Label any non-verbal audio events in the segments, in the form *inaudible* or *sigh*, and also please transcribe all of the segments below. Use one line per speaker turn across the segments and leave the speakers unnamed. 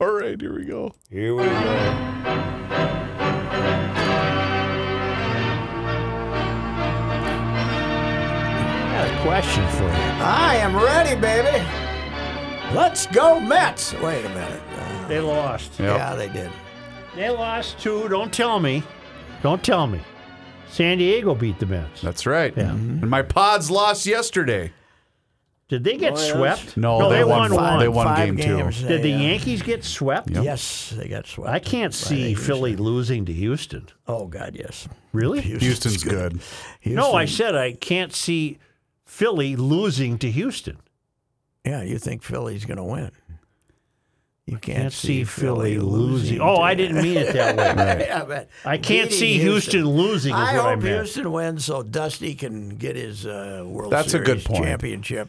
All right, here we go.
Here we go.
Got a question for you.
I am ready, baby. Let's go Mets. Wait a minute. Uh,
They lost.
yeah, they did.
They lost two. Don't tell me. Don't tell me. San Diego beat the Mets.
That's right. And my pods lost yesterday.
Did they
Oh,
get swept?
No, they, won.
one.
They won
Five
game
games.
two.
Did the
Yeah.
Yankees get swept?
Yes, they got swept.
I can't see Philly losing to Houston.
Oh God, yes.
Really?
Houston's good.
No, I said I can't see Philly losing to Houston.
Yeah, you think Philly's going to win? You can't,
Can't see Philly
losing.
losing. Oh,
to-
I didn't mean it that way.
*laughs* Yeah, but
I can't
beating
see Houston losing is
I
what I
hope
meant.
Houston wins so Dusty can get his uh, World
That's a
Series
good point.
championship.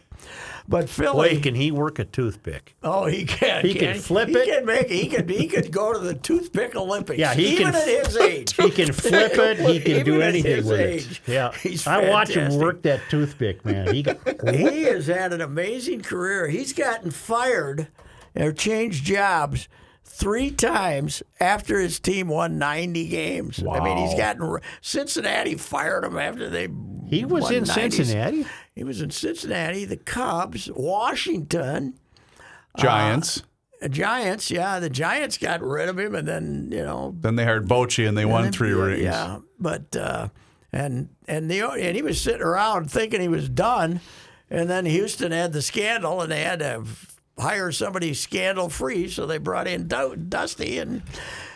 But Philly,
Boy, can he work a toothpick?
oh, he can.
he can flip
he
it.
Can make, he can. He could go to the toothpick Olympics.
Yeah, he
even
can
at his age.
*laughs* He can flip it. He can
Even
do
at
anything
his
with
age,
it. Yeah,
he's
I watch him
fantastic.
work that toothpick, man. *laughs* He,
he has had an amazing career. He's gotten fired or changed jobs three times after his team won 90 games. I mean, he's gotten Cincinnati fired him after they.
he was
won
in
90s.
Cincinnati.
He was in Cincinnati, the Cubs, Washington,
Ah.
Giants.
the Giants. Yeah, the Giants got rid of him, and then you know
then they hired Bochy and they won
And
three
yeah,
rings.
Yeah, but uh, and and the and he was sitting around thinking he was done, and then Houston had the scandal, and they had to hire somebody scandal free, so they brought in Du- Dusty, and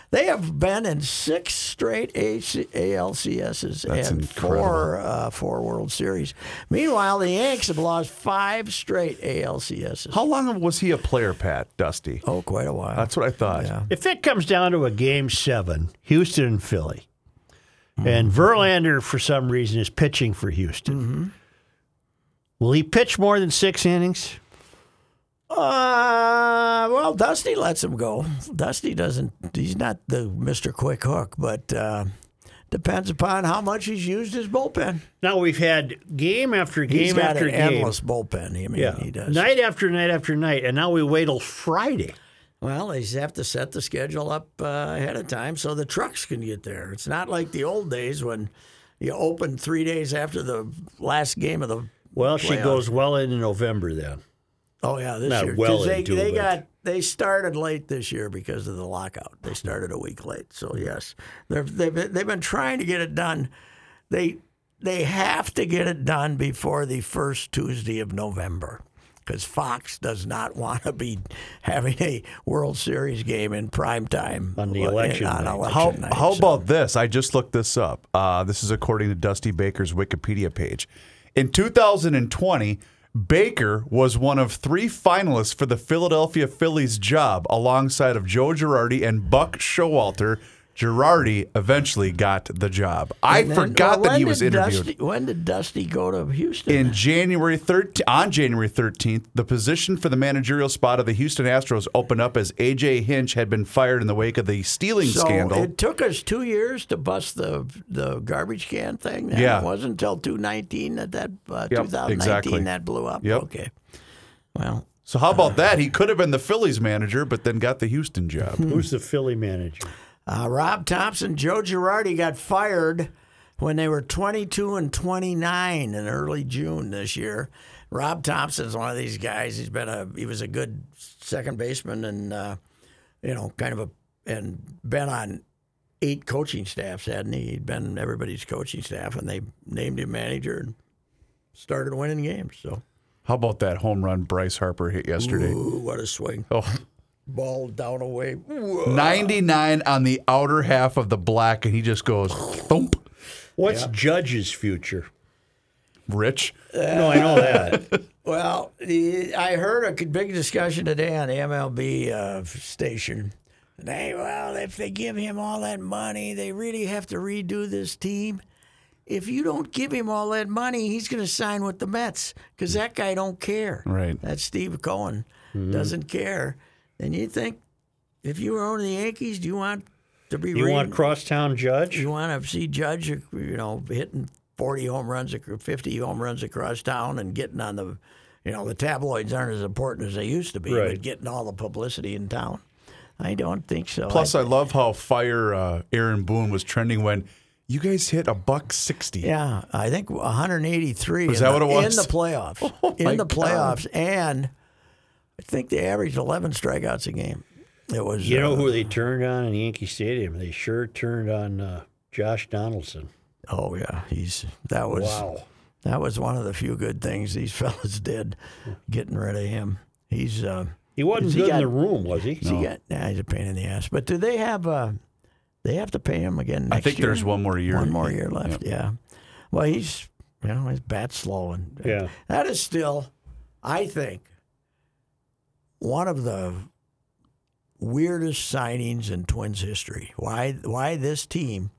they have been in six straight AC- ALCSs and four uh, four World Series. Meanwhile, the Yanks have lost five straight ALCSs.
How long was he a player, Pat Dusty?
Oh, quite a while.
That's what I thought.
If it comes down to a game seven, Houston and Philly, and Verlander for some reason is pitching for Houston, will he pitch more than six innings?
Uh, well, Dusty lets him go. Dusty doesn't. He's not the Mister Quick Hook, but uh, depends upon how much he's used his bullpen.
Now we've had game after game
he's got
after
an
game,
endless bullpen. I mean,
yeah,
he does.
night after night after night, and now we wait till Friday.
Well, they have to set the schedule up uh, ahead of time so the trucks can get there. It's not like the old days when you opened three days after the last game of the.
Well, she
playoff.
goes well into November then.
Oh yeah, this
Not
year
well
'Cause they,
into
they
it.
got they started late this year because of the lockout. They started a week late,
Hmm.
so yes, they're, they've been- they've been trying to get it done. They they have to get it done before the first Tuesday of November. Because Fox does not *laughs* want to be having a World Series game in prime time
On the
uh,
election
on
night.
election
How,
night,
how
so-
about this? I just looked this up. Uh, this is according to Dusty Baker's Wikipedia page. In 2020, Baker was one of three finalists for the Philadelphia Phillies job alongside of Joe Girardi and Buck Showalter. Girardi eventually got the job. I
And then-
forgot
well,
that he
when
was
did
interviewed.
Dusty- when did Dusty go to Houston?
In January 13, on January 13th, the position for the managerial spot of the Houston Astros opened up as AJ Hinch had been fired in the wake of the stealing
So
scandal.
it took us two years to bust the the garbage can thing. And
Yeah.
it wasn't until 2019 that that uh,
Yep,
2019
exactly.
that blew up.
Yep.
Okay. Well,
so how about that? He could have been the Phillies manager, but then got the Houston job.
Hmm.
Who's the Philly manager?
uh, Rob Thompson, Joe Girardi got fired when they were 22 and 29 in early June this year. Rob Thompson's one of these guys. He's been a he was a good second baseman and uh, you know kind of a and been on eight coaching staffs, hadn't he? He'd been everybody's coaching staff, and they named him manager and started winning games. So,
how about that home run Bryce Harper hit yesterday?
ooh, what a swing!
Oh,
Ball down away. Whoa.
99 on the outer half of the black, and he just goes thump.
What's Judge's future?
Rich.
No, I know that.
Well, the, I heard a big discussion today on the MLB uh, station. They well, if they give him all that money, they really have to redo this team. If you don't give him all that money, he's going to sign with the Mets because that guy don't care.
Right.
That Steve Cohen
Mm-hmm.
doesn't care. And you think if you were owning the Yankees, do you want to be
You
reading-
want crosstown judge?
you want to see Judge, you know, hitting 40 home runs, ac- 50 home runs across town and getting on the, you know, the tabloids aren't as important as they used to be,
Right.
but getting all the publicity in town. I don't think so.
Plus, uh,
I,
I love how fire uh, Aaron Boone was trending when you guys hit a buck sixty.
yeah, I think 183
Was
in
that
the-
what it was? Oh
in the
*laughs*
playoffs.
my
in the
God.
playoffs and I think they averaged 11 strikeouts a game. It was
You know
uh,
who they turned on in Yankee Stadium? They sure turned on uh, Josh Donaldson.
Oh yeah, he's that was
Wow.
That was one of the few good things these *laughs* fellas did, getting rid of him. He's uh,
He wasn't
Has he
good in
got-
the room, was he?
has he got nah, he's a pain in the ass. But do they have uh, they have to pay him again? Next
I think
year?
there's one more year.
One more year left. Yeah. Well, he's you know his bat's slow and
Yeah.
that is still, I think, one of the weirdest signings in Twins history. Why? Why this team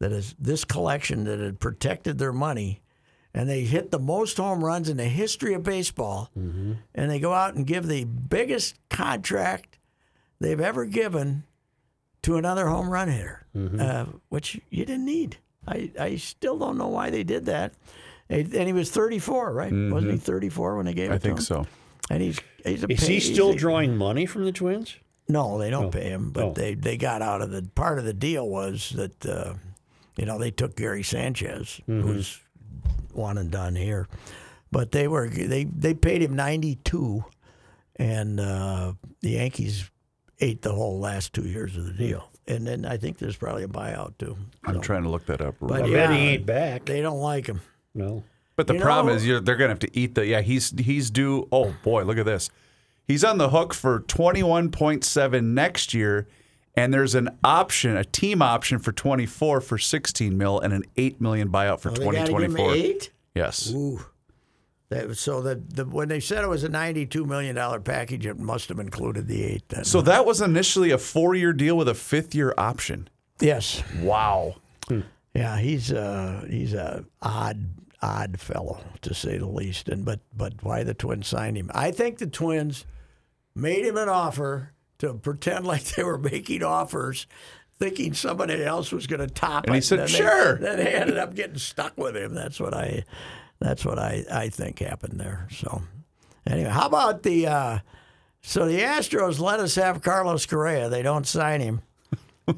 that is this collection that had protected their money, and they hit the most home runs in the history of baseball,
Mm-hmm.
and they go out and give the biggest contract they've ever given to another home run hitter,
Mm-hmm.
uh, which you didn't need. I, I still don't know why they did that. And and he was 34, right? Wasn't he 34 when they gave it
Mm-hmm. I
to
think
him?
so.
And he's he's a
Is
pay-
he
he's
still
a-
drawing money from the Twins?
No, they don't pay him. But
Oh.
they they got out of the part of the deal was that uh, you know they took Gary Sanchez,
Mm-hmm.
who's one and done here, but they were they they paid him 92, and uh, the Yankees ate the whole last two years of the deal. And then I think there's probably a buyout too.
I'm trying to look that up.
I
Yeah.
bet he ain't back.
They don't like him.
No.
But the
You
problem
know-
is you're, they're going to have to eat the. Yeah, he's he's due. Oh boy, look at this. He's on the hook for 21.7 next year, and there's an option, a team option for 24 for 16 mil and an eight million buyout for
Oh, They got to give him
2024.
eight.
Yes.
Ooh. That, so the, the when they said it was a ninety-two million dollar package, it must have included the eight. Then.
So that was initially a four-year deal with a fifth-year option.
yes, Hmm.
Wow.
yeah, he's uh, he's a odd odd fellow to say the least. And but but why the Twins signed him? I think the Twins made him an offer to pretend like they were making offers, thinking somebody else was going to top it.
And he said,
then they-
"Sure."
then they ended up getting stuck with him. That's what I, that's what I, I think happened there. So, anyway, how about the? Uh, so the Astros let us have Carlos Correa. They don't sign
*laughs*
him,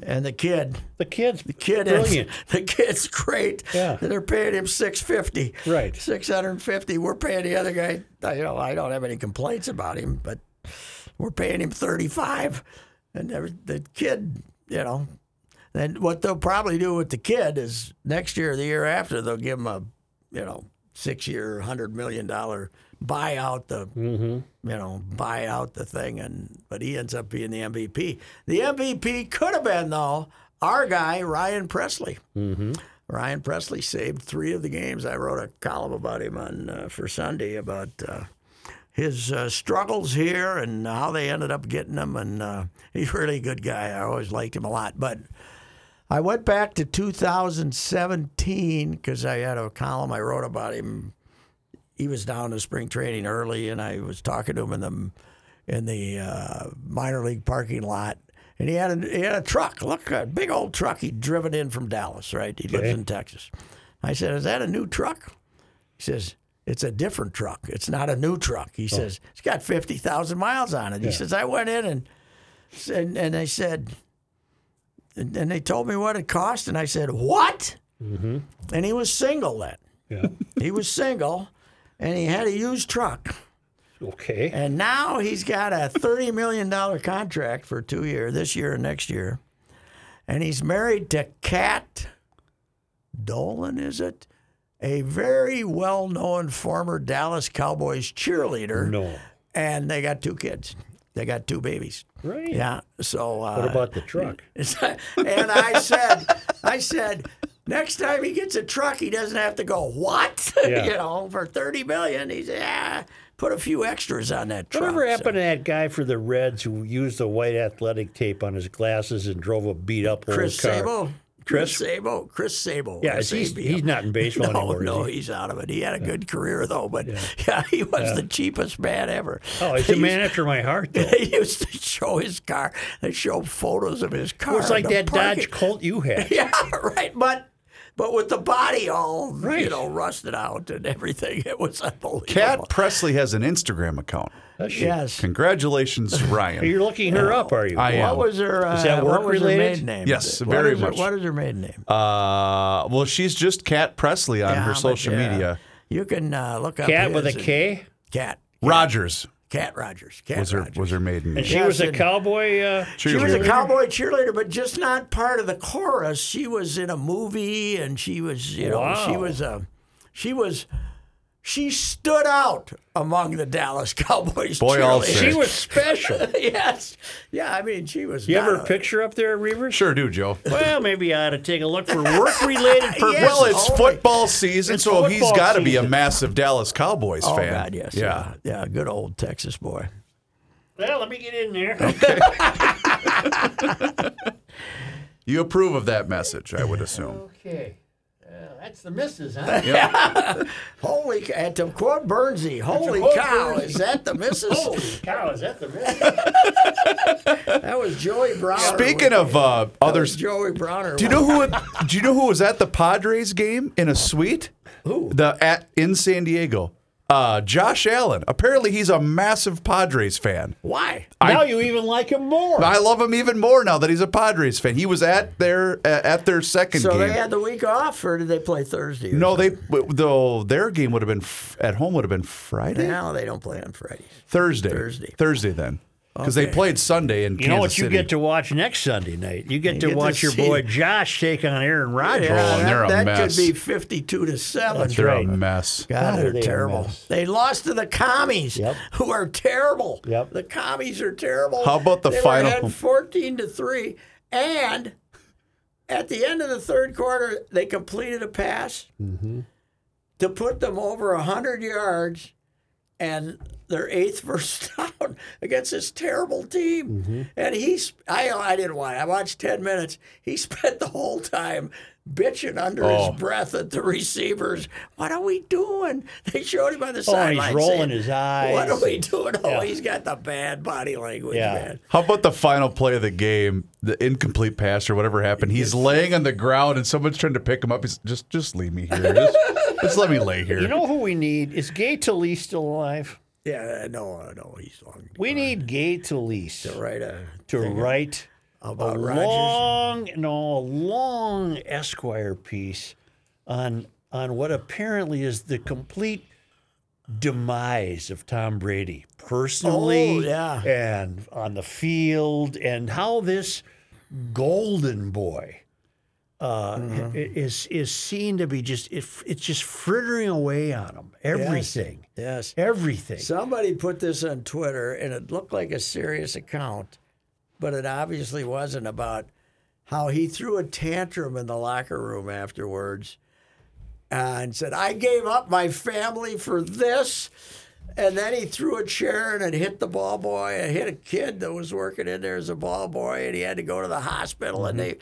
and the kid.
The kid's
The kid *laughs*
brilliant.
is the kid's great.
Yeah.
They're paying him six fifty.
Right.
Six hundred and fifty. We're paying the other guy I you know, I don't have any complaints about him, but we're paying him thirty five. And there- the kid, you know. And what they'll probably do with the kid is next year or the year after they'll give him a you know, six year hundred million dollar buyout the you know, buy out the thing, and but he ends up being the MVP. The MVP could have been though our guy Ryan Presley. Ryan Presley saved three of the games. I wrote a column about him on uh, for Sunday about uh, his uh, struggles here and how they ended up getting him. And uh, he's a really good guy. I always liked him a lot. But I went back to 2017 because I had a column I wrote about him he was down to spring training early, and I was talking to him in the in the uh, minor league parking lot, and he had a, he had a truck. Look, a big old truck he'd driven in from Dallas. Right, he lives in Texas. I said, "Is that a new truck?" He says, "It's a different truck. It's not a new truck." He says, "It's got fifty thousand miles on it." He says, "I went in and and and they said." And and they told me what it cost, and I said, "What?" Mm-hmm. And he was single then.
Yeah.
He was single, and he had a used truck,
Okay.
and now he's got a thirty million dollar contract for two year, this year and next year, and he's married to Kat Dolan, is it? A very well known former Dallas Cowboys cheerleader,
No.
and they got two kids. They got two babies.
Right.
Yeah. So uh,
What about the truck?
and I said, I said, Next time he gets a truck, he doesn't have to go what? *laughs*
Yeah.
you know, for thirty million, he's yeah. Put a few extras on that truck.
Whatever
So-
happened to that guy for the Reds who used the white athletic tape on his glasses and drove a beat up old
Chris
car?
Sable. Chris, Sable. Chris Sable.
Yeah, is he's,
SABL.
he's not in
*laughs*
baseball
no,
anymore. is
no,
he?
he's out of it. He had a good career though, but *laughs* yeah, he was the cheapest man ever. *laughs*
Oh, he's
They
a man after my
*laughs*
heart, though.
Used, they used to show his car. They show photos of his car.
It's like
in the
that
parking-
Dodge Colt you had.
*laughs* Yeah, right. But but with the body all
Right.
you know rusted out and everything, it was unbelievable.
Cat Presley has an Instagram account.
Does she?
Yes. *laughs*
Congratulations, Ryan.
You're looking her up, are you?
I am.
What was her? Uh,
Is that
what
work
was her
related?
maiden name?
Yes,
What
very
is her-
much.
what is her maiden name?
Uh, well, she's just Cat Presley on
Yeah,
her
but,
social
yeah,
media.
You can uh, look up
Cat with a
his and-
K?
Cat.
Rogers
Cat Rogers. Cat
was her
Rogers.
was her maiden name.
She was a
and-
cowboy. Uh,
she was a
Cheerleader.
cowboy cheerleader, but just not part of the chorus. She was in a movie, and she was, you know, she
Wow.
was a, she was, she stood out among the Dallas *laughs* Cowboys.
Boy, I'll
cheerleaders.
say.
she was special.
*laughs* yes, yeah. I mean, she was.
You
not
have her
a-
picture up there, Reavers?
Sure do, Joe.
Well, maybe I ought to take a look for work
*laughs*
related purposes.
Yes,
Well, it's
only-
football season,
It's
so he's
football
got to be a
season.
massive Dallas Cowboys
Oh
fan.
God, yes,
Yeah.
yeah, yeah, Good old Texas boy.
Well, let me get in there.
You approve of that message, I would assume.
*laughs*
Okay. *laughs* Well, that's the missus, huh?
Holy, c- and to quote Bernsey, holy
quote
cow,
Bernsey.
is that the
*laughs*
Holy
missus?
cow, is that the missus?
that was Joey Browner.
Speaking of uh,
There's
others, do
Joey Browner.
you know who? Do you know who was at the Padres game in a suite? Who? The at in San Diego. Uh, Josh Allen. Apparently, he's a massive Padres fan.
Why?
now you even like him more.
I love him even more now that he's a Padres fan. He was at their uh, at their second
So
game.
they had the week off, or did they play Thursday? or
no, they though their game would have been f- at home would have been Friday,
Now they don't play on Fridays.
Thursday,
Thursday.
Thursday then, because they
Okay.
played Sunday in
you
Kansas
know what you
City.
get to watch next Sunday night? You get to
get to
watch your
see-
boy Josh take on Aaron Rodgers.
Oh, and they're
that,
a
that
mess. Oh,
could be fifty-two to seven.
That's
They're
right.
a mess.
God,
How are
they're
they a
terrible.
mess?
They lost to the commies,
Yep.
who are terrible.
Yep.
The commies are terrible.
How about the
they
final-
Were ahead fourteen to three, and at the end of the third quarter, they completed a pass to put them over hundred yards, and their eighth *laughs* first down against this terrible team.
Mm-hmm.
And he's I I didn't watch. I watched ten minutes. He *laughs* spent the whole time bitching under
Oh.
his breath at the receivers. What are we doing? *laughs* They showed him on the
Oh, and
sideline.
he's rolling
saying,
his eyes.
What are we doing? Oh,
Yeah.
he's got the bad body language,
Yeah.
man.
How about the final play of the game, the incomplete pass or whatever happened? He's laying on the ground and someone's trying to pick him up. He's just just leave me here. *laughs* Just, just let me lay here.
You know who we need? Is Gay Talese still alive?
Yeah, no, no, he's long.
We need Gay Talese
Right, uh,
to write
about Rogers.
long, no, a long Esquire piece on on what apparently is the complete demise of Tom Brady personally,
Oh, yeah.
and on the field, and how this golden boy uh,
Mm-hmm.
i- is is seen to be just it, it's just frittering away on him. Everything,
Yes.
everything.
Somebody put this on Twitter, and it looked like a serious account, but it obviously wasn't about how he threw a tantrum in the locker room afterwards and said, I gave up my family for this. And then he threw a chair and it hit the ball boy. It hit a kid that was working in there as a ball boy, and he had to go to the hospital. And
Mm-hmm.
they,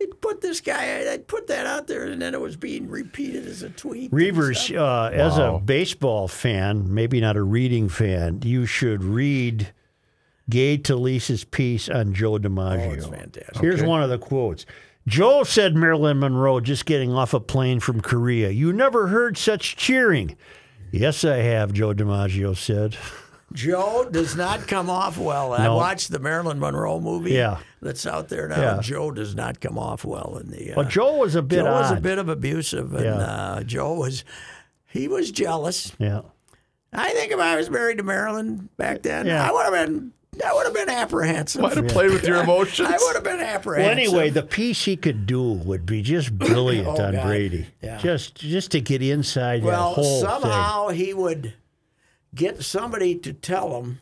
they put this guy, they put that out there, and then it was being repeated as a tweet. and stuff.
Reavers, uh, as a baseball fan, maybe not a reading fan, you should read Gay Talese's piece on Joe DiMaggio.
Oh, it's fantastic.
Here's one of the quotes. Joe said Marilyn Monroe just getting off a plane from Korea. You never heard such cheering. Yes, I have, Joe DiMaggio said.
Joe does not come off well. I watched the Marilyn Monroe movie
Yeah.
that's out there now.
Yeah.
Joe does not come off well in the. Uh,
But Joe was a bit
Joe was a
odd.
bit of abusive, and
Yeah.
uh, Joe was he was jealous.
yeah.
I think if I was married to Marilyn back then,
Yeah.
I would have been I would have been apprehensive.
Might have played with your
*laughs*
emotions.
I would have been
Well,
apprehensive.
anyway, the piece he could do would be just
*coughs*
brilliant
Oh,
on
God.
Brady.
Yeah.
Just just to get inside
Well,
that whole thing.
somehow he would get somebody to tell him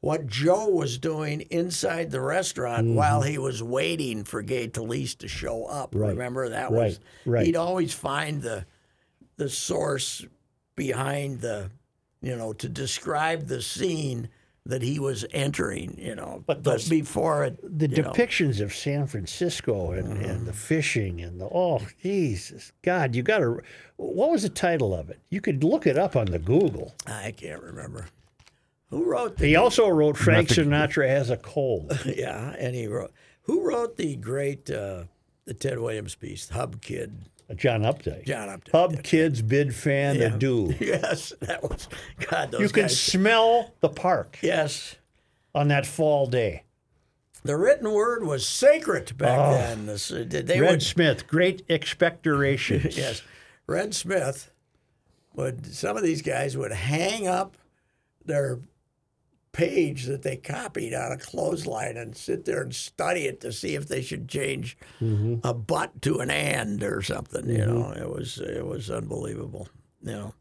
what Joe was doing inside the restaurant
Mm-hmm.
while he was waiting for Gay Talese to show up.
Right.
Remember that
Right,
was
right.
he'd always find the the source behind the you know to describe the scene that he was entering. You know, but,
those-
before it,
the
you know, Mm-hmm.
depictions of San Francisco and, and the fishing and the oh Jesus God you got to what was the title of it? You could look it up on the Google.
I can't remember who wrote the
He also wrote Frank Sinatra has a cold.
yeah, and he wrote who wrote the great uh, the Ted Williams piece, Hub Kid, *laughs*
John Updike.
John Upton.
Pub kids bid fan the do.
Yes, that was God. *laughs* Those
You can
guys.
smell the park
yes,
on that fall day.
the written word was sacred back then. This, uh, they
Oh. Red
would,
Smith, great
*laughs*
expectorations.
yes, Red Smith would. Some of these guys would hang up their page that they copied on a clothesline and sit there and study it to see if they should change
Mm-hmm.
a but to an and or something. You know, it was it was unbelievable. You know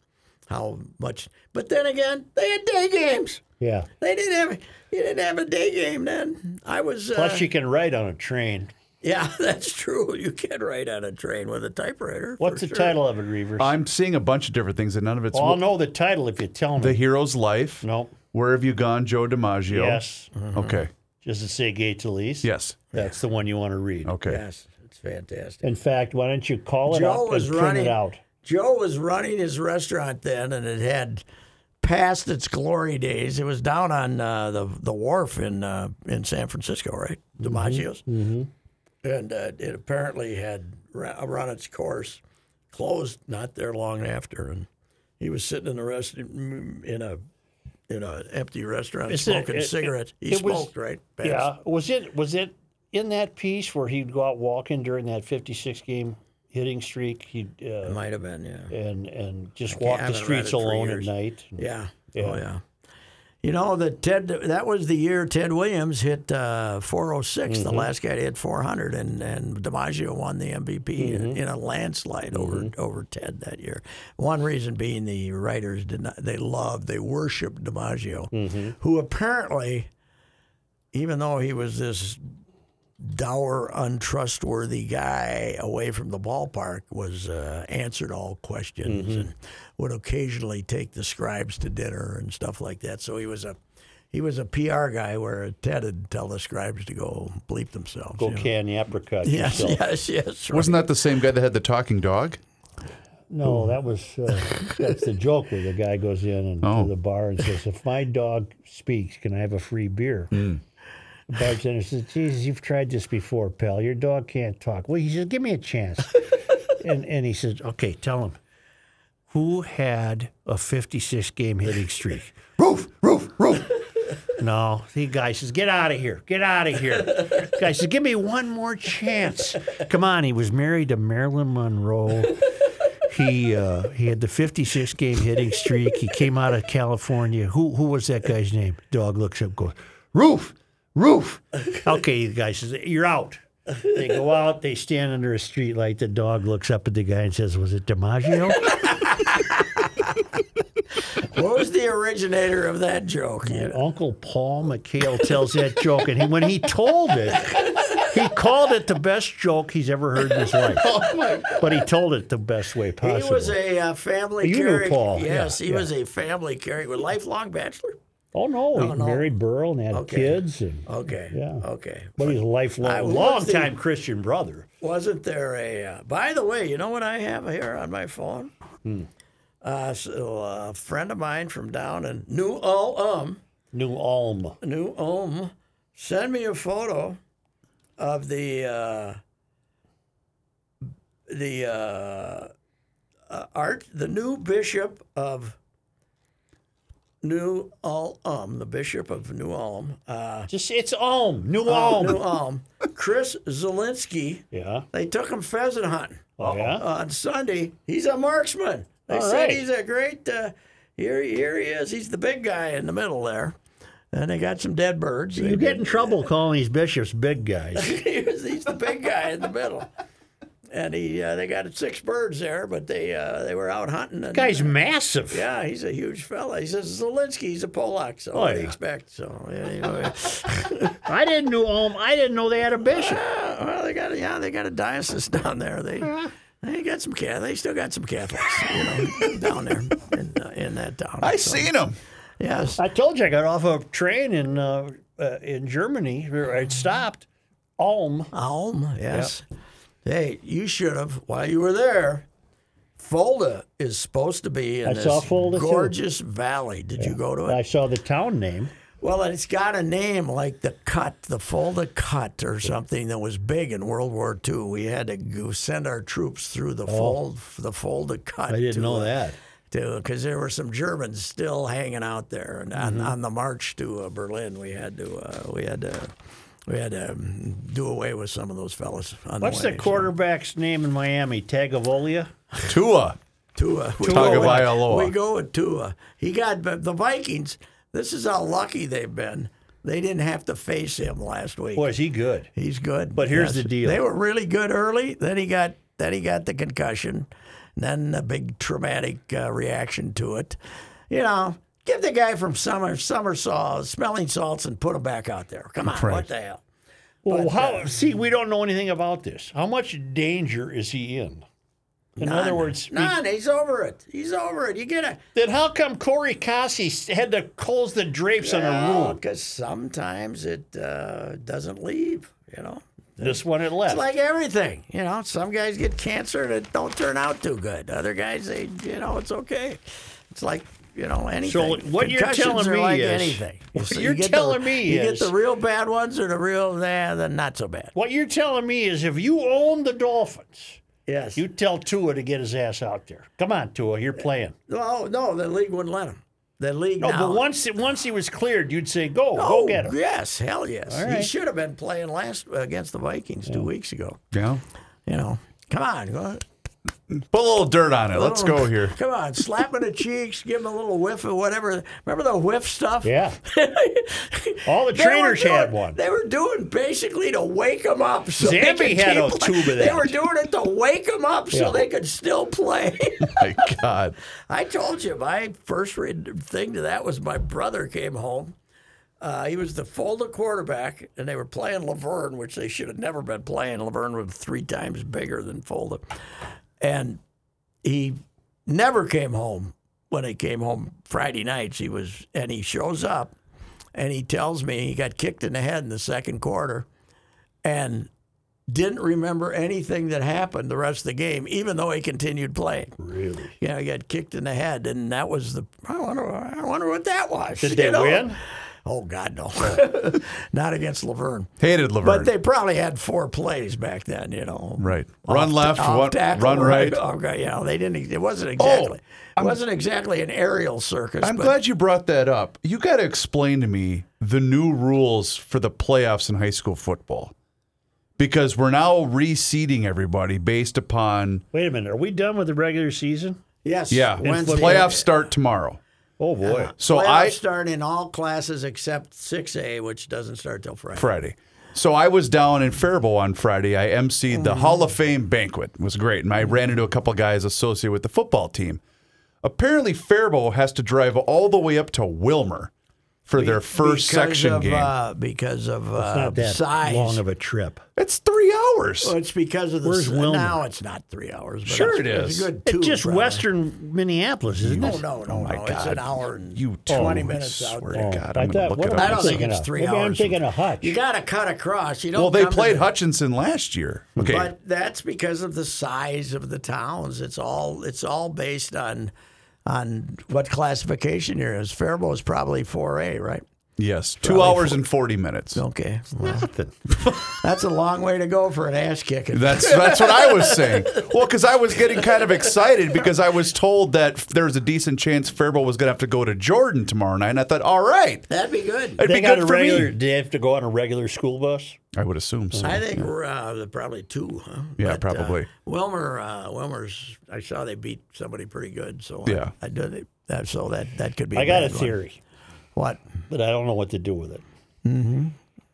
how much, but then again, they had day games.
Yeah.
They didn't have you didn't have a day game then. I was uh,
Plus, you can ride on a train.
*laughs* yeah, that's true. You can ride on a train with a typewriter. for
What's the
sure.
title of it, Reavers?
I'm seeing a bunch of different things, and none of it's
well, I'll know the title if you tell me.
the hero's life.
no.
Where have you gone, Joe DiMaggio?
Yes.
Okay.
Does it say Gay Talese?
Yes.
That's the one you want to read.
Okay.
Yes, it's fantastic.
In fact, why don't you call it
Joe
up
was
and print
running
it out?
Joe was running his restaurant then, and it had passed its glory days. It was down on uh, the the wharf in uh, in San Francisco, right? DiMaggio's, mm-hmm. and uh, it apparently had ra- run its course. Closed not there long after, and he was sitting in a rest in a in a empty restaurant
Is it-
smoking
it- it-
cigarettes. he
it was-
smoked, right? Babs?
Yeah. Was it was it in that piece where he'd go out walking during that 56 game hitting streak? He'd
it
uh,
might have been. Yeah.
and and just walk
I
the
haven't read
streets
it for
alone at
years.
night.
Yeah. Oh yeah. You know that Ted. That was the year Ted Williams hit uh, 406. The last guy to hit 400, and and DiMaggio won the MVP in, in a landslide over over Ted that year. One reason being the writers did not. They loved. They worshipped DiMaggio, who apparently, even though he was this dour, untrustworthy guy away from the ballpark was uh, answered all questions
Mm-hmm.
and would occasionally take the scribes to dinner and stuff like that. So he was a he was a PR guy where Ted would tell the scribes to go bleep themselves.
Go
you know.
can the apricot.
Yes,
yourself.
yes, yes. right.
Wasn't that the same guy that had the talking dog?
No, that was
*laughs*
uh, that's the joke where the guy goes in and
Oh.
to the bar and says, "If my dog speaks, can I have a free beer?"
Hmm.
The bartender says, "Jesus, you've tried this before, pal. Your dog can't talk." Well, he says, "Give me a
*laughs*
chance," and and he says, "Okay, tell him." Who had a 56 game hitting streak?
*laughs* Roof, roof, roof.
*laughs* No, the guy says, "Get out of here! Get out of here!" The guy says, "Give me one more chance." Come on, he was married to Marilyn Monroe. He uh, he had the 56 game hitting streak. He came out of California. Who who was that guy's name? Dog looks up, goes, "Roof, roof." Okay, the guy says, "You're out." They go out. They stand under a street light. The dog looks up at the guy and says, "Was it DiMaggio?"
what was the originator of that joke? You
And
know?
Uncle Paul McHale tells that joke, and he, when he told it, he called it the best joke he's ever heard in his life. But he told it the best way possible.
He was a uh, family
You knew
carry-
Paul, yeah,
Yes, he
yeah.
was a family character, lifelong bachelor.
oh no, he
no.
married Burl and had
Okay. Oh,
kids, and
Okay.
Yeah.
Okay.
but he's a
I
lifelong,
was
long-time
thinking-
Christian brother.
Wasn't there a? Uh, by the way, you know what I have here on my phone? Uh, so uh, a friend of mine from down in New Ulm,
New Ulm.
New Ulm, sent me a photo of the uh, the uh, uh, art, the new bishop of New Ulm, the bishop of New Ulm, uh,
Just it's Ulm, Oh, New
New
Ulm.
Ulm, Chris Zelinsky.
Yeah.
They took him pheasant hunting
Oh yeah.
Uh, on Sunday. He's a marksman. They
All
said
right.
he's a great. Uh, here, here he is. He's the big guy in the middle there. And they got some dead birds. They *laughs*
You get in trouble calling these bishops big guys.
did. he's the big guy in the middle. and he uh, they got six birds there, but they uh, they were out hunting. And,
*laughs* Guy's massive.
yeah, he's a huge fella. He says Zelensky, he's a Polak, so what do you
Oh, yeah.
expect? So yeah, *laughs* you know,
I didn't know um, I didn't know they had a bishop.
yeah, well, they got a, yeah, they got a diocese *laughs* down there. They they got some Catholic. They still got some Catholics, you know, *laughs* down there in, uh, in that town.
I
So,
seen him.
Yes.
I told you I got off a train in uh, uh, in Germany. where I stopped Ulm.
Alm, yes. Hey, you should have while you were there. Fulda is supposed to be in
I
this
saw Fulda, too.
gorgeous valley. Did you go to it?
I saw the town name.
Well, it's got a name like the cut, the Fulda cut, or something that was big in World War II. We had to go send our troops through the fold, the Fulda cut.
Oh. I didn't
to,
know that.
because there were some Germans still hanging out there, and on, on the march to uh, Berlin, we had to, uh, we had to, we had to um, do away with some of those fellas. On
What's
the, way,
the quarterback's name in Miami? Tagovailoa.
Tua.
Tua. We
Tagovailoa.
go with- We go with Tua. He got but the Vikings. This is how lucky they've been. They didn't have to face him last week.
Boy, is he good.
He's good.
But here's the deal.
They were really good early. Then he got then he got the concussion. Then a big traumatic uh, reaction to it. You know, give the guy from summer summer saw smelling salts and put him back out there. Come on, what the hell?
Well, how?
uh,
see, we don't know anything about this. How much danger is he in? In other
None.
words, we-
none. He's over it. He's over it. You get a
then how come Corey Kasi had to close the drapes on a room?
because sometimes it uh, doesn't leave. You know,
This one it left.
It's like everything. You know, some guys get cancer and it don't turn out too good. Other guys, they, you know, it's okay. It's like, you know, anything.
what you're
Concussions
telling
are
me
like
is-
anything.
*laughs* what
see,
you're
get
telling
the,
me
you
is-
get the real bad ones or the real, nah, the not so bad.
what you're telling me is if you own the Dolphins,
Yes.
you tell Tua to get his ass out there. Come on, Tua, you're playing.
no, no, the league wouldn't let him. The league
No,
now.
but once once he was cleared, you'd say, "Go,
Oh,
go get him."
yes, hell yes.
All right.
He should have been playing last against the Vikings two weeks ago.
Yeah.
You know, come on, go,
Put a little dirt on it. Let's go here.
Come on, slap him in the *laughs* cheeks, give him a little whiff of whatever. Remember the whiff stuff? *laughs*
Yeah, all the
They were
trainers
doing-
had one.
They were doing basically to wake them up. So they
Zampi
could
had a
keep-
tube of
They
that.
were doing it to wake them up so
Yeah.
they could still play. *laughs*
*laughs* My God.
I told you my first read thing to that was my brother came home. Uh, he was the Fulda quarterback, and they were playing Laverne, which they should have never been playing. Laverne was three times bigger than Fulda, and he never came home. When he came home Friday nights, he was and he shows up, and he tells me he got kicked in the head in the second quarter, and didn't remember anything that happened the rest of the game, even though he continued playing.
Really?
You know, he got kicked in the head, and that was the. I wonder. I wonder what that was.
Did
you
they
know?
win? Oh.
Oh God, no! *laughs* Not against Laverne,
Hated Laverne.
but they probably had four plays back then. You know,
right.
Off
Run
ta-
left,
off
one,
tackle,
run right. Oh,
Oh God, yeah, they didn't. It wasn't exactly. it wasn't exactly an aerial circus.
I'm
but
glad you brought that up. You got to explain to me the new rules for the playoffs in high school football because we're now reseeding everybody based upon
Wait a minute. Are we done with the regular season?
Yes.
yeah.
Wednesday.
Playoffs start tomorrow.
Oh boy.
So
Playoffs
I
start in all classes except 6A, which doesn't start till Friday.
Friday. So I was down in Faribault on Friday. I emceed
Mm-hmm.
the Hall of Fame banquet. It was great. And I ran into a couple guys associated with the football team. Apparently, Faribault has to drive all the way up to Wilmer for their first
Because
section
of,
game.
Uh, because of uh,
Not that
size.
long of a trip.
it's three hours.
Well, it's because of the
Where's
s-
Wilmer?
Now it's not three hours. But
Sure
it's,
it
It's
is.
a good two.
It's just
probably.
western Minneapolis, isn't
Oh
it?
no, no, no! It's an hour and
You two.
twenty
I
minutes out
swear
there.
to God, I'm going to look it
I don't
up.
think
thinking
it's
of?
three
Maybe I'm
hours.
thinking of Hutch.
You got to cut across. You don't.
Well, they
come to
played
the-
Hutchinson last year. Okay.
But that's because of the size of the towns. It's all it's all based on on what classification you're in. Faribault is probably four A, right? *laughs*
yes. Two hours and 40 minutes.
Okay, well, *laughs* that's a long way to go for an ass kicking.
That's that's what I was saying. Well, because I was getting kind of excited because I was told that there was a decent chance Faribault was going to have to go to Jordan tomorrow night, and I thought, all right,
That'd be good.
it'd
They
be
got a
good for
regular.
me.
They have to go on a regular school bus.
I would assume so.
I think we're uh, probably two, huh?
Yeah,
uh,
probably.
Wilmer, uh, Wilmer's. I saw they beat somebody pretty good, so I-
Yeah.
I, did it. That, so that that could be.
I got a
bad one.
theory,
What?
but I don't know what to do with it.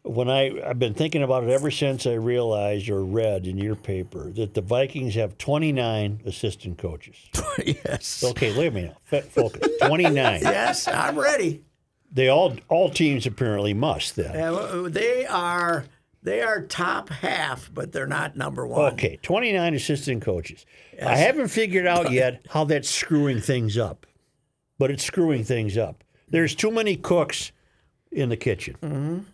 when I I've been thinking about it ever since I realized or read in your paper that the Vikings have 29 assistant coaches.
yes.
Okay, wait a minute. F- Focus. 29.
Yes, I'm ready.
They all all teams apparently must then.
And, uh, They are they are top half, but they're not number one.
Okay, 29 assistant coaches. I haven't
*coughs*
figured out yet how that's screwing things up, but it's screwing things up. There's too many cooks in the kitchen.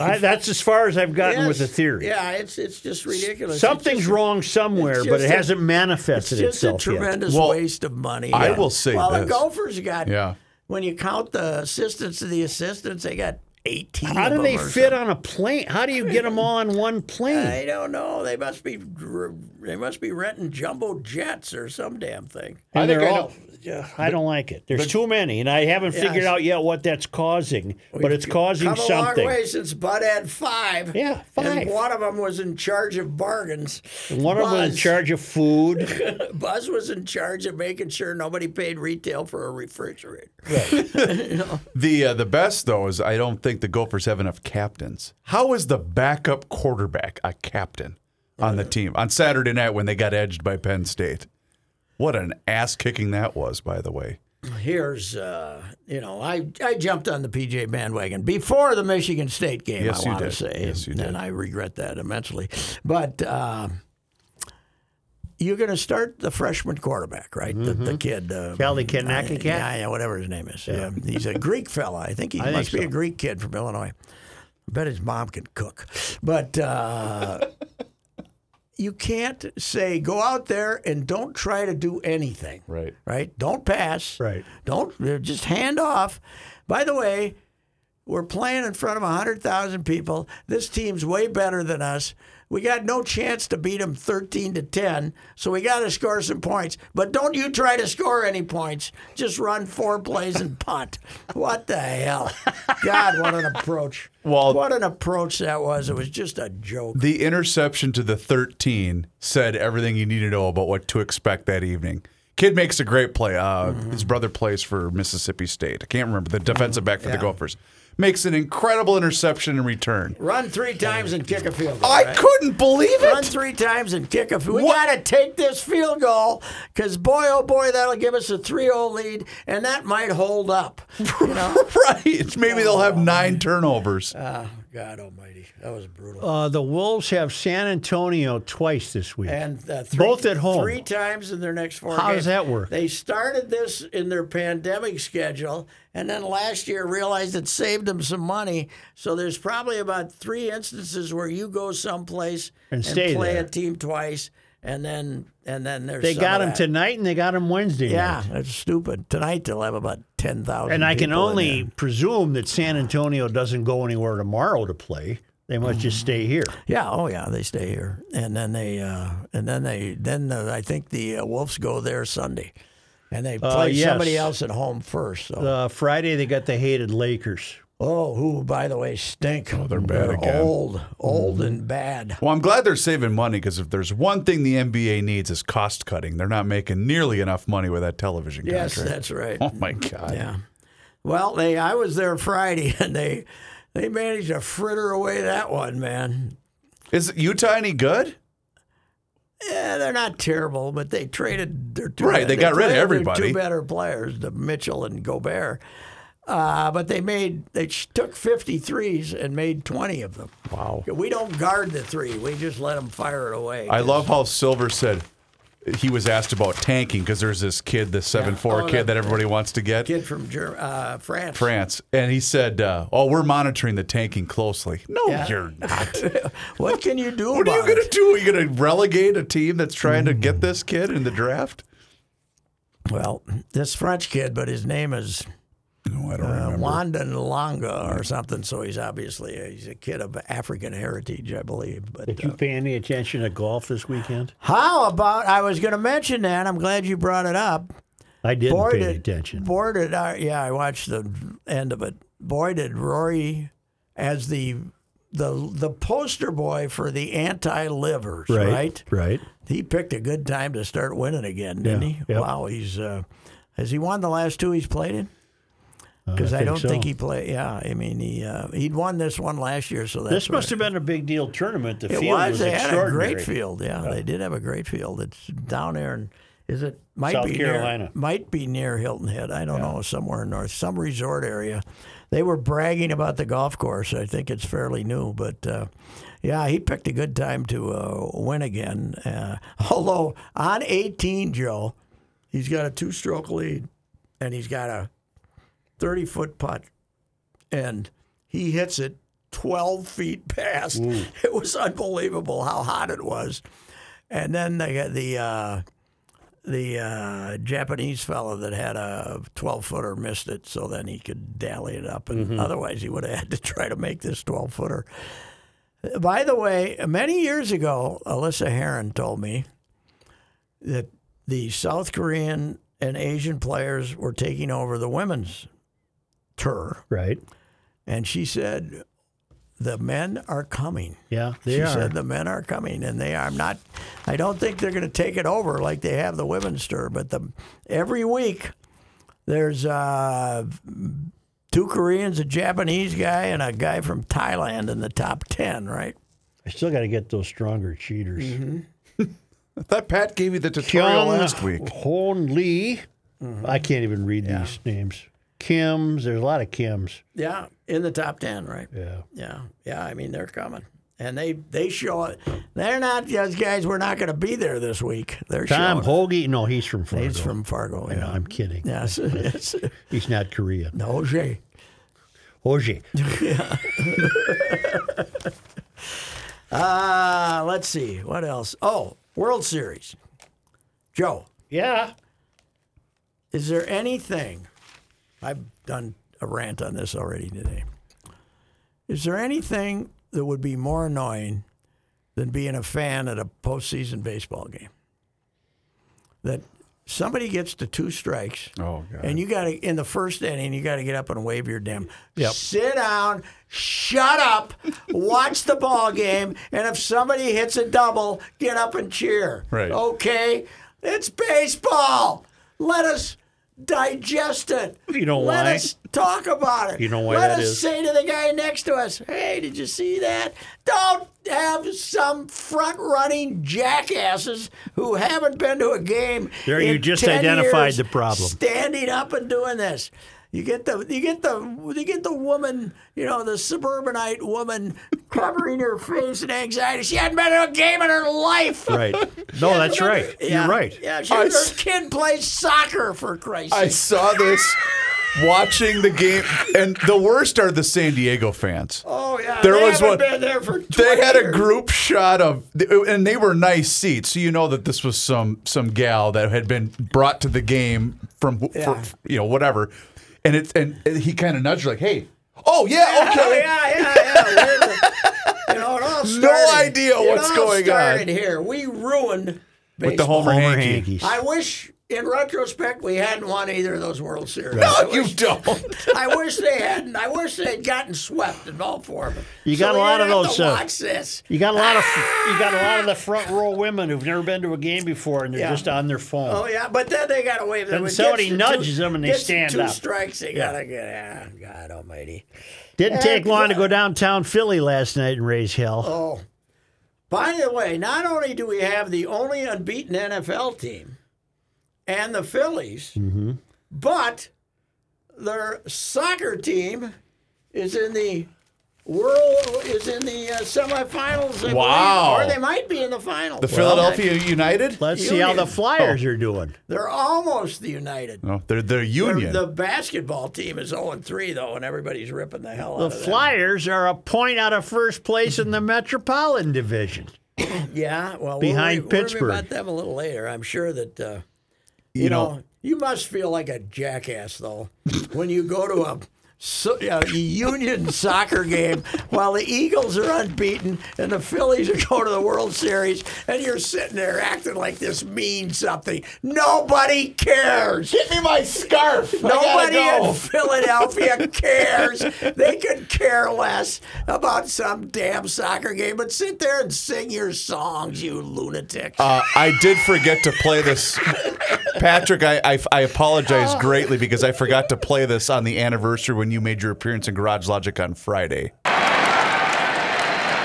I, that's as far as I've gotten with the
Mm-hmm. Yes.
theory.
Yeah, it's it's just ridiculous. It's
Something's
just-
wrong somewhere,
it's
but
just
it
a-
hasn't manifested
It's just a
itself yet.
tremendous
Well,
waste of money.
I will say
well, the
this.
Gophers got
Yeah.
when you count the assistants to the assistants, they got eighteen.
How
of
do
them
they
or
fit
something.
on a plane? How do you
*laughs*
get them all on one plane?
I don't know. They must be dr- they must be renting jumbo jets or some damn thing.
I
And
think
they're
I
all- Yeah, I don't like it. There's too many, and I haven't figured out yet what that's causing, but it's causing
Come a
something.
long way since Bud had five.
Yeah, five.
And one of them was in charge of bargains.
One of them was in
Buzz-
charge of *laughs* food.
Buzz was in charge of making sure nobody paid retail for a refrigerator.
The uh, the best though is I don't think the Gophers have enough captains. How is the backup quarterback a captain on the team on Saturday night when they got edged by Penn State? What an ass kicking that was, by the way.
Here's, uh, you know, I, I jumped on the PJ bandwagon before the Michigan State game,
Yes,
I
you
want to
did.
say.
Yes, you
and
did.
I regret that immensely. But uh, you're going to start the freshman quarterback, right? The,
Mm-hmm.
the kid. Uh,
Kelly Kanaki Cat?
Yeah, yeah, whatever his name is. Yeah. he's a Greek fella. *laughs* I think he must
think
be
so.
a Greek kid from Illinois. bet his mom can cook. But. Uh, *laughs* you can't say go out there and don't try to do anything.
Right.
Right. Don't pass.
Right.
Don't uh, just hand off. By the way, we're playing in front of 100,000 people. This team's way better than us. We got no chance to beat them 13 to 10, so we got to score some points. But don't you try to score any points. Just run four plays and punt. What the hell? God, what an approach.
Well-
what an approach that was. It was just a joke.
The interception to the 13 said everything you need to know about what to expect that evening. Kid makes a great play. Uh, His brother plays for Mississippi State. I can't remember the defensive back for the Gophers. Makes an incredible interception in return.
Run three times and kick a field goal.
I
right?
couldn't believe
Run
it.
three times and kick a field We
What?
got to take this field goal because, boy, oh, boy, that'll give us a 3 0 lead, and that might hold up. You
*laughs*
know?
*laughs* right. Maybe they'll have nine turnovers.
oh, God almighty. That was brutal.
Uh, the Wolves have San Antonio twice this week.
And uh, three,
Both at home.
Three times in their next four
How
games.
does that work?
They started this in their pandemic schedule, and then last year realized it saved them some money. So there's probably about three instances where you go someplace
And stay
play
there.
a team twice, and then and then there's
they
some of
got them
that.
tonight and they got them Wednesday.
Yeah,
night.
that's stupid. Tonight they'll have about ten thousand.
And I can only presume that San Antonio doesn't go anywhere tomorrow to play. They must just stay here.
Yeah. Oh yeah, they stay here, and then they uh, and then they then uh, I think the uh, Wolves go there Sunday, and they play
Uh, yes.
somebody else at home first. So.
Uh, Friday, they got the hated Lakers.
oh, who by the way stink? Oh, they're
bad again.
Old, old and bad.
Well, I'm glad they're saving money because if there's one thing the NBA needs is cost cutting. They're not making nearly enough money with that television
Yes,
contract.
that's right.
oh
*laughs*
my god.
Yeah. Well, they I was there Friday, *laughs* and they they managed to fritter away that one, man.
Is Utah any good?
Yeah, Eh, they're not terrible, but they traded their two.
Right, they got rid of
traded their
everybody.
Two better players, the Mitchell and Gobert. Uh, but they made they sh- took 53s and made 20 of them.
Wow.
We don't guard the three. We just let them fire it away.
I love how Silver said he was asked about tanking because there's this kid, this seven four
Oh,
kid
that-
that everybody wants to get.
kid from Ger- uh, France.
France, and he said, uh, "Oh, we're monitoring the tanking closely." No, you're
*laughs*
not.
What can you do?
what are you
about it?
going to do? Are you going to relegate a team that's trying to
Mm.
get this kid in the draft?
Well, this French kid, but his name is
No, I don't
uh,
remember.
Wanda Longa or something. So he's obviously he's a kid of African heritage, I believe. But
Did you pay any attention to golf this weekend?
How about I was going to mention that. I'm glad you brought it up.
I didn't
Boy,
pay
did-
attention.
Boy, did I, uh, yeah, I watched the end of it. Boy, did Rory as the the the poster boy for the anti livers, right.
Right.
He picked a good time to start winning again, didn't
Yeah,
he?
yep.
Wow, he's uh, has he won the last two he's played in? because I,
think
don't think
so.
he played. Yeah, I mean he uh, he'd won this one last year, so that's
This must
where-
have been a big deal tournament. The
it
field
was.
was
they had a
extraordinary.
great field. Yeah, they did have a great field. It's down there, and is it might
South
be
Carolina.
Near, might be near Hilton Head. I don't know, somewhere in north, some resort area. They were bragging about the golf course. I think it's fairly new, but uh, yeah, he picked a good time to uh, win again. Uh, *laughs* although on 18, Joe, he's got a two-stroke lead, and he's got a 30-foot putt and he hits it 12 feet past. *laughs* It was unbelievable how hot it was. And then the the uh, the uh, Japanese fellow that had a 12 footer missed it, so then he could dally it up, and otherwise he would have *laughs* had to try to make this 12 footer. By the way, many years ago, Alyssa Heron told me that the South Korean and Asian players were taking over the women's tour.
Right.
And she said, "The men are coming."
Yeah, they
she
are.
said, "The men are coming, and they are not. I don't think they're going to take it over like they have the women's tour, but the every week there's uh, two Koreans, a Japanese guy, and a guy from Thailand in the top ten, right?"
I still got to get those stronger cheaters.
Mm-hmm.
I thought Pat gave you the tutorial last week.
Hon Lee.
Mm-hmm.
I can't even read these names. Kims. There's a lot of Kims.
Yeah, in the top ten, right?
Yeah.
Yeah, yeah. I mean, they're coming, and they they show it. They're not those guys. We're not going to be there this week. They're
Tom
showing.
Hoagie. No, he's from Fargo.
He's from Fargo.
No,
Yeah.
I'm kidding.
Yes, *laughs* yes.
He's not Korean.
No, Jay. *laughs*
Hoagie.
Uh, let's see. What else? Oh, World Series. Joe,
Yeah.
is there anything? I've done a rant on this already today. Is there anything that would be more annoying than being a fan at a postseason baseball game? That somebody gets to two strikes.
Oh, God.
And you got to in the first inning, you got to get up and wave your damn. Sit down, shut up, watch the ball game, and if somebody hits a double, get up and cheer.
Right.
Okay, it's baseball. Let us digest it.
You know
Let
why?
us talk about it.
You know why
Let
that
us
is?
say to the guy next to us, "Hey, did you see that?" Don't have some front-running jackasses who haven't been to a game.
There, you
in
just
10
identified
years
the problem.
Standing up and doing this. You get the you get the you get the woman, you know, the suburbanite
*laughs*
woman covering her face in anxiety. She hadn't been to a game in her life. *laughs*
Right. No, that's right.
Yeah,
You're right.
Yeah, she,
I
her
s-
kid plays soccer for Christ's
I
sake.
saw this watching the game, and the worst are the San Diego fans.
Oh yeah,
There
they
was
haven't
one-
Been there for 20
They had a
years.
group shot of, and they were nice seats, so you know that this was some some gal that had been brought to the game from for-
Yeah.
you know whatever, and it's and he kind of nudged her like, hey, oh yeah,
Oh,
okay,
yeah, yeah, yeah. We're the- you know, it all started,
idea
it
what's
all
going on.
started here. We ruined
with the
baseball.
Homer,
Homer
Hankey.
Hankies.
I wish, in retrospect, we hadn't won either of those World Series.
No, you
*laughs*
don't.
I wish they hadn't. I wish they'd gotten swept in all four of them.
You got
So
a lot
we
of
didn't have
those,
To
uh,
watch this.
You got a lot of
Ah!
you got a lot of the front row women who've never been to a game before, and they're
Yeah.
just on their phone.
Oh yeah, but then they got to wave.
Then somebody nudges them and they stand
two
up.
strikes. They gotta get. Ah, God Almighty.
Didn't take
And-
long to go downtown Philly last night and raise hell.
Oh, by the way, not only do we have the only unbeaten NFL team and the Phillies,
Mm-hmm.
but their soccer team is in the world is in the uh, semifinals. I believe,
Wow.
or they might be in the finals.
The Philadelphia United.
Let's see how the
Union.
Flyers are doing.
they're almost the United.
No, they're they're
Their-
union.
The basketball team is 0 3 though, and everybody's ripping the hell
The
out of them.
Flyers are a point out of first place in the Metropolitan Division.
Yeah, well,
Behind
we'll, worry- worry
Pittsburgh.
about them a little later. I'm sure that uh, you,
You
know,
know-
you must feel like a jackass though when you go to a so, uh, Union *laughs* soccer game while the Eagles are unbeaten and the Phillies are *laughs* going to the World Series, and you're sitting there acting like this means something. Nobody cares.
Give me my scarf.
Nobody
I gotta
in
go.
Philadelphia cares. They could care less about some damn soccer game, but sit there and sing your songs, you lunatics.
Uh, I did forget to play this. Patrick, I, I, I
Oh.
apologize greatly because I forgot to play this on the anniversary when you made your appearance in Garage Logic on Friday.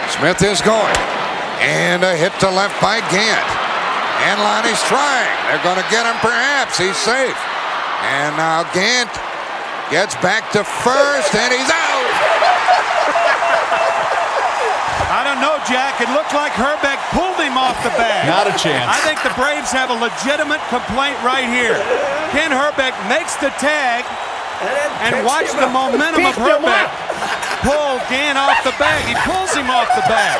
Smith is going. And a hit to left by Gant. And Lonnie's trying. They're going to get him perhaps. He's safe. And now Gant gets back to first and he's out.
I don't know, Jack. It looked like Herbeck pulled him off the bag.
Not a chance.
I think the Braves have a legitimate complaint right here. Ken Herbeck makes the tag and watch the momentum of Herbeck pull Gann off the bag. He pulls him off the bag.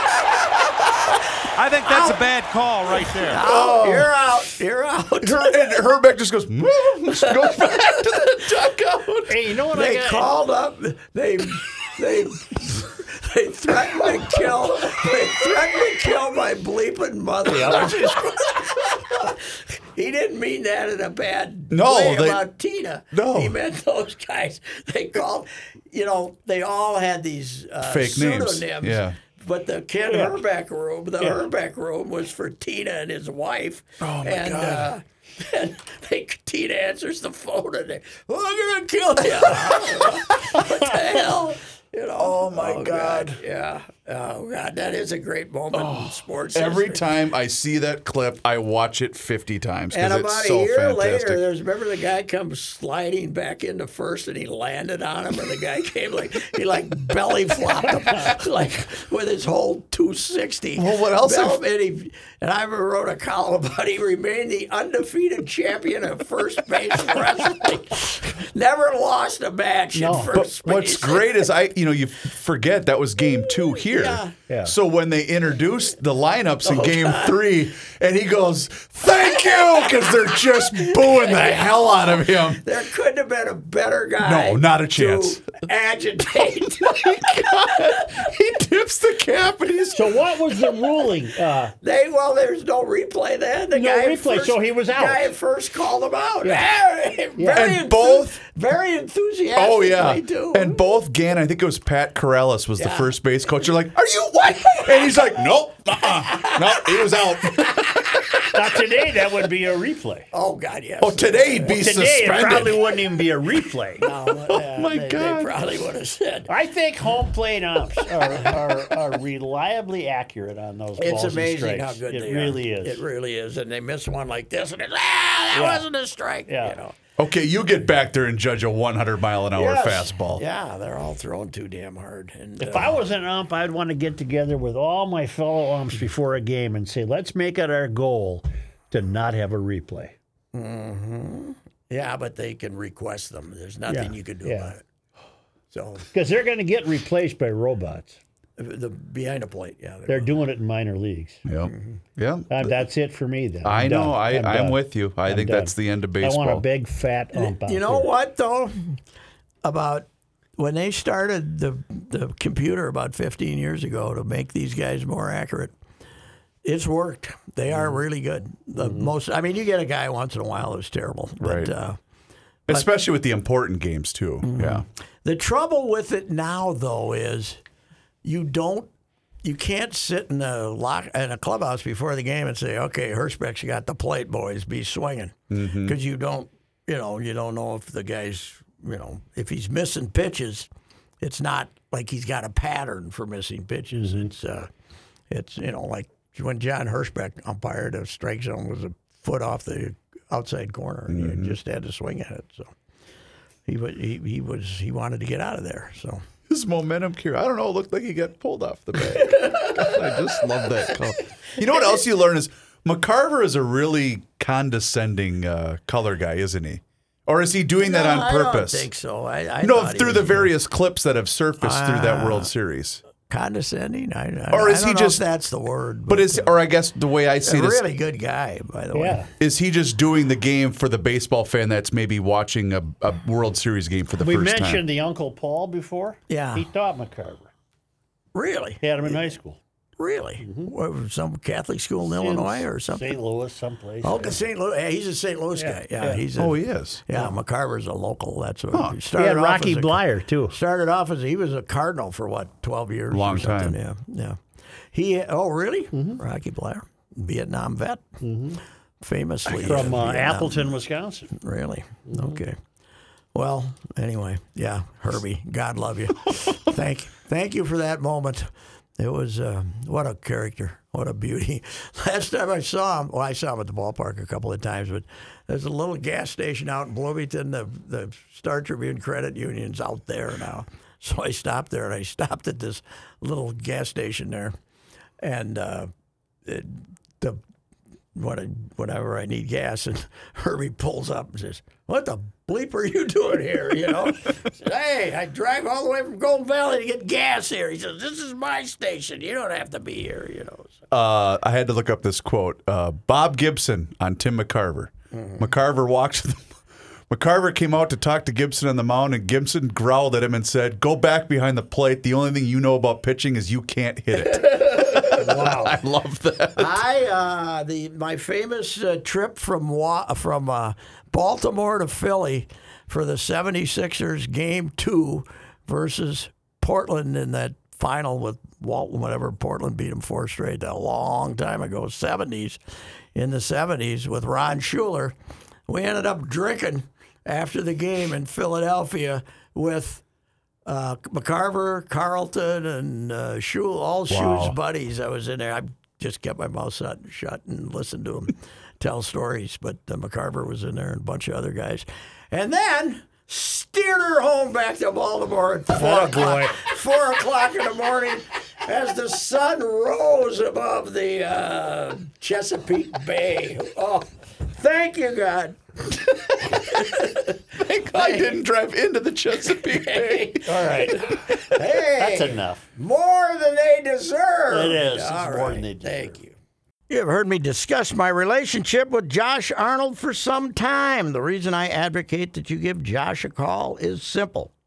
I think that's a bad call right there.
oh, *laughs* you're out. You're out. *laughs*
and Herbeck just goes, "Mm." goes back to the dugout.
Hey, you know what
They
I got?
called up. They they they threatened to kill. They threatened to kill my bleeping mother. I was just- *laughs* he didn't mean that in a bad
No,
way
they-
about Tina.
No.
he meant those guys. They called. You know, they all had these uh,
Fake names,
pseudonyms.
yeah.
But the Ken Herbeck room, the Herbeck room was for Tina and his wife. Oh my and, God. Uh, and they, Tina answers the phone and they, well, I'm gonna kill you. *laughs* what the hell? You know? Oh my God. Oh, Yeah. Oh God, that is a great moment in sports.
Every
history.
time I see that clip, I watch it 50 times
And
because
about
it's
a
so
year
fantastic.
later, there's remember the guy comes sliding back into first, and he landed on him, and the guy *laughs* came like he like belly flopped him, *laughs* like with his whole 260.
Well, what else
Bell- and, he, and I wrote a *laughs* column about he remained the undefeated champion of first base *laughs* wrestling, never lost a match in
But
first base.
what's great is I, you know, you forget that was game two
Yeah.
here.
Oh,
Yeah.
So when they introduced the lineups in game three, and he goes, "Thank you," because they're just booing the hell out of him.
There couldn't have been a better guy.
No, not
to
a chance.
agitate.
*laughs* He tips the cap, and
*laughs*
he's
So what was the ruling? Uh,
They well, there's no replay then. The
No
guy at
replay,
first-
so he was out.
Guy at first called him out. Very,
And
enthu-
both-
very enthusiastic.
Oh yeah,
too.
and both Gann. I think it was Pat Corrales was the
Yeah.
first base coach. You're like, "Are you what?" And he's like, "Nope, uh-uh. nope." He was out.
not today. That would be a replay.
oh god, yes.
Oh, today he'd be
Today it probably
suspended.
wouldn't even be a replay.
*laughs*
oh
my
they,
God.
They probably would have said.
I think home plate umps are, are, are reliably accurate on those
It's
balls and
amazing
strikes.
how good
it
they
really
are. It
is.
really is. And they miss one like this, and it's ah, that
Yeah.
wasn't a strike.
Yeah.
You know.
Okay, you get back there and judge a 100 mile an hour
Yes.
fastball.
Yeah, they're all thrown too damn hard. And uh,
If I was an ump, I'd want to get together with all my fellow umps before a game and say, let's make it our goal to not have a replay.
yeah, but they can request them. There's nothing
Yeah,
you can do
yeah.
about it. So
Because they're going to get replaced by robots.
the behind the plate, yeah, they're
They're doing it in minor leagues.
Yep. Yeah.
Uh, that's it for me then.
I
I'm
know.
done.
I, I'm,
done.
with you. I think
done.
that's the end of
I
baseball.
want a big fat ump out
You know
there.
what though? About when they started the the computer about 15 years ago to make these guys more accurate, it's worked. They are really good. The most, I mean, you get a guy once in a while who's terrible, but
Right.
uh,
Especially with the important games, too. Yeah.
the trouble with it now though is you don't. You can't sit in a lock in a clubhouse before the game and say, "Okay, Hirschbeck's got the plate, boys. Be swinging," because you don't, you know, you don't know if the guy's, you know, if he's missing pitches. it's not like he's got a pattern for missing pitches. It's uh, it's you know like when John Hirschbeck umpired a strike zone was a foot off the outside corner and you just had to swing at it. So he was he, he was he wanted to get out of there. So
His momentum cure. I don't know. It looked like he got pulled off the bag. God, *laughs* I just love that color. You know what else you learn is McCarver is a really condescending uh, color guy, isn't he? Or is he doing that on
I
purpose?
don't think so. I, I
No,
thought he
through
was Ah.
the
good.
various clips that have surfaced through that World Series.
condescending. I, I,
Or is
I don't
he
know
just-
if that's the word?
But it's, or I guess the way I
a
see this,
really good guy, by the
Yeah.
way.
is he just doing the game for the baseball fan that's maybe watching a, a World Series game for the
We
first
mentioned
time?
the Uncle Paul before.
Yeah.
He taught McCarver.
Really,
He had him in high school.
really. What, was some Catholic school in Illinois or something.
St. Louis, someplace.
Oh, 'cause St. Louis. Yeah, he's a St. Louis guy. Yeah, he's. A,
Oh, he is.
Yeah, McCarver's a local. That's what he
He
started
had
off
Rocky
as a-
Blyer, too.
Started off as he was a cardinal for what twelve years. or
Long
something,
time.
Yeah, yeah. He oh really?
Mm-hmm.
Rocky Blair, Vietnam vet, famously
From uh,
Vietnam.
Appleton, Wisconsin.
Really? Okay. Well, anyway, yeah, Herbie, God love you. thank, thank you for that moment. It was uh, what a character, what a beauty. *laughs* Last time I saw him, well, I saw him at the ballpark a couple of times, but there's a little gas station out in Bloomington. The the Star Tribune Credit Union's out there now, so I stopped there and I stopped at this little gas station there, and uh, it, the when I, whenever I need gas, and *laughs* Herbie pulls up and says, "What the bleep are you doing here?" You know, *laughs* I said, "Hey, I drive all the way from Golden Valley to get gas here." He says, "This is my station. You don't have to be here." You know, so,
Uh, I had to look up this quote. Uh, Bob Gibson on Tim McCarver. McCarver walked. *laughs* McCarver came out to talk to Gibson on the mound, and Gibson growled at him and said, "Go back behind the plate. The only thing you know about pitching is you can't hit it."
wow.
*laughs* I love that.
I uh, the my famous uh, trip from Wa- from uh, Baltimore to Philly for the 76ers game 2 versus Portland in that final with Walton whatever Portland beat him four straight a long time ago 70s in the 70s with Ron Schuler we ended up drinking after the game in Philadelphia with uh, McCarver, Carlton, and uh, Shul, all Shule's buddies. I was in there. I just kept my mouth shut, shut and listened
*laughs*
to him tell stories. But uh, McCarver was in there and a bunch of other guys. And then steered her home back to Baltimore at four,
Oh,
o'clock, four o'clock in the morning as the sun rose above the uh, Chesapeake Bay. Oh, thank you,
*laughs*
God.
I didn't drive into the
*laughs*
Chesapeake Bay.
All right.
Hey,
That's enough.
more than they deserve.
It is. It's
All
more than they
right.
deserve.
Thank you. You have heard me discuss my relationship with Josh Arnold for some time. The reason I advocate that you give Josh a call is simple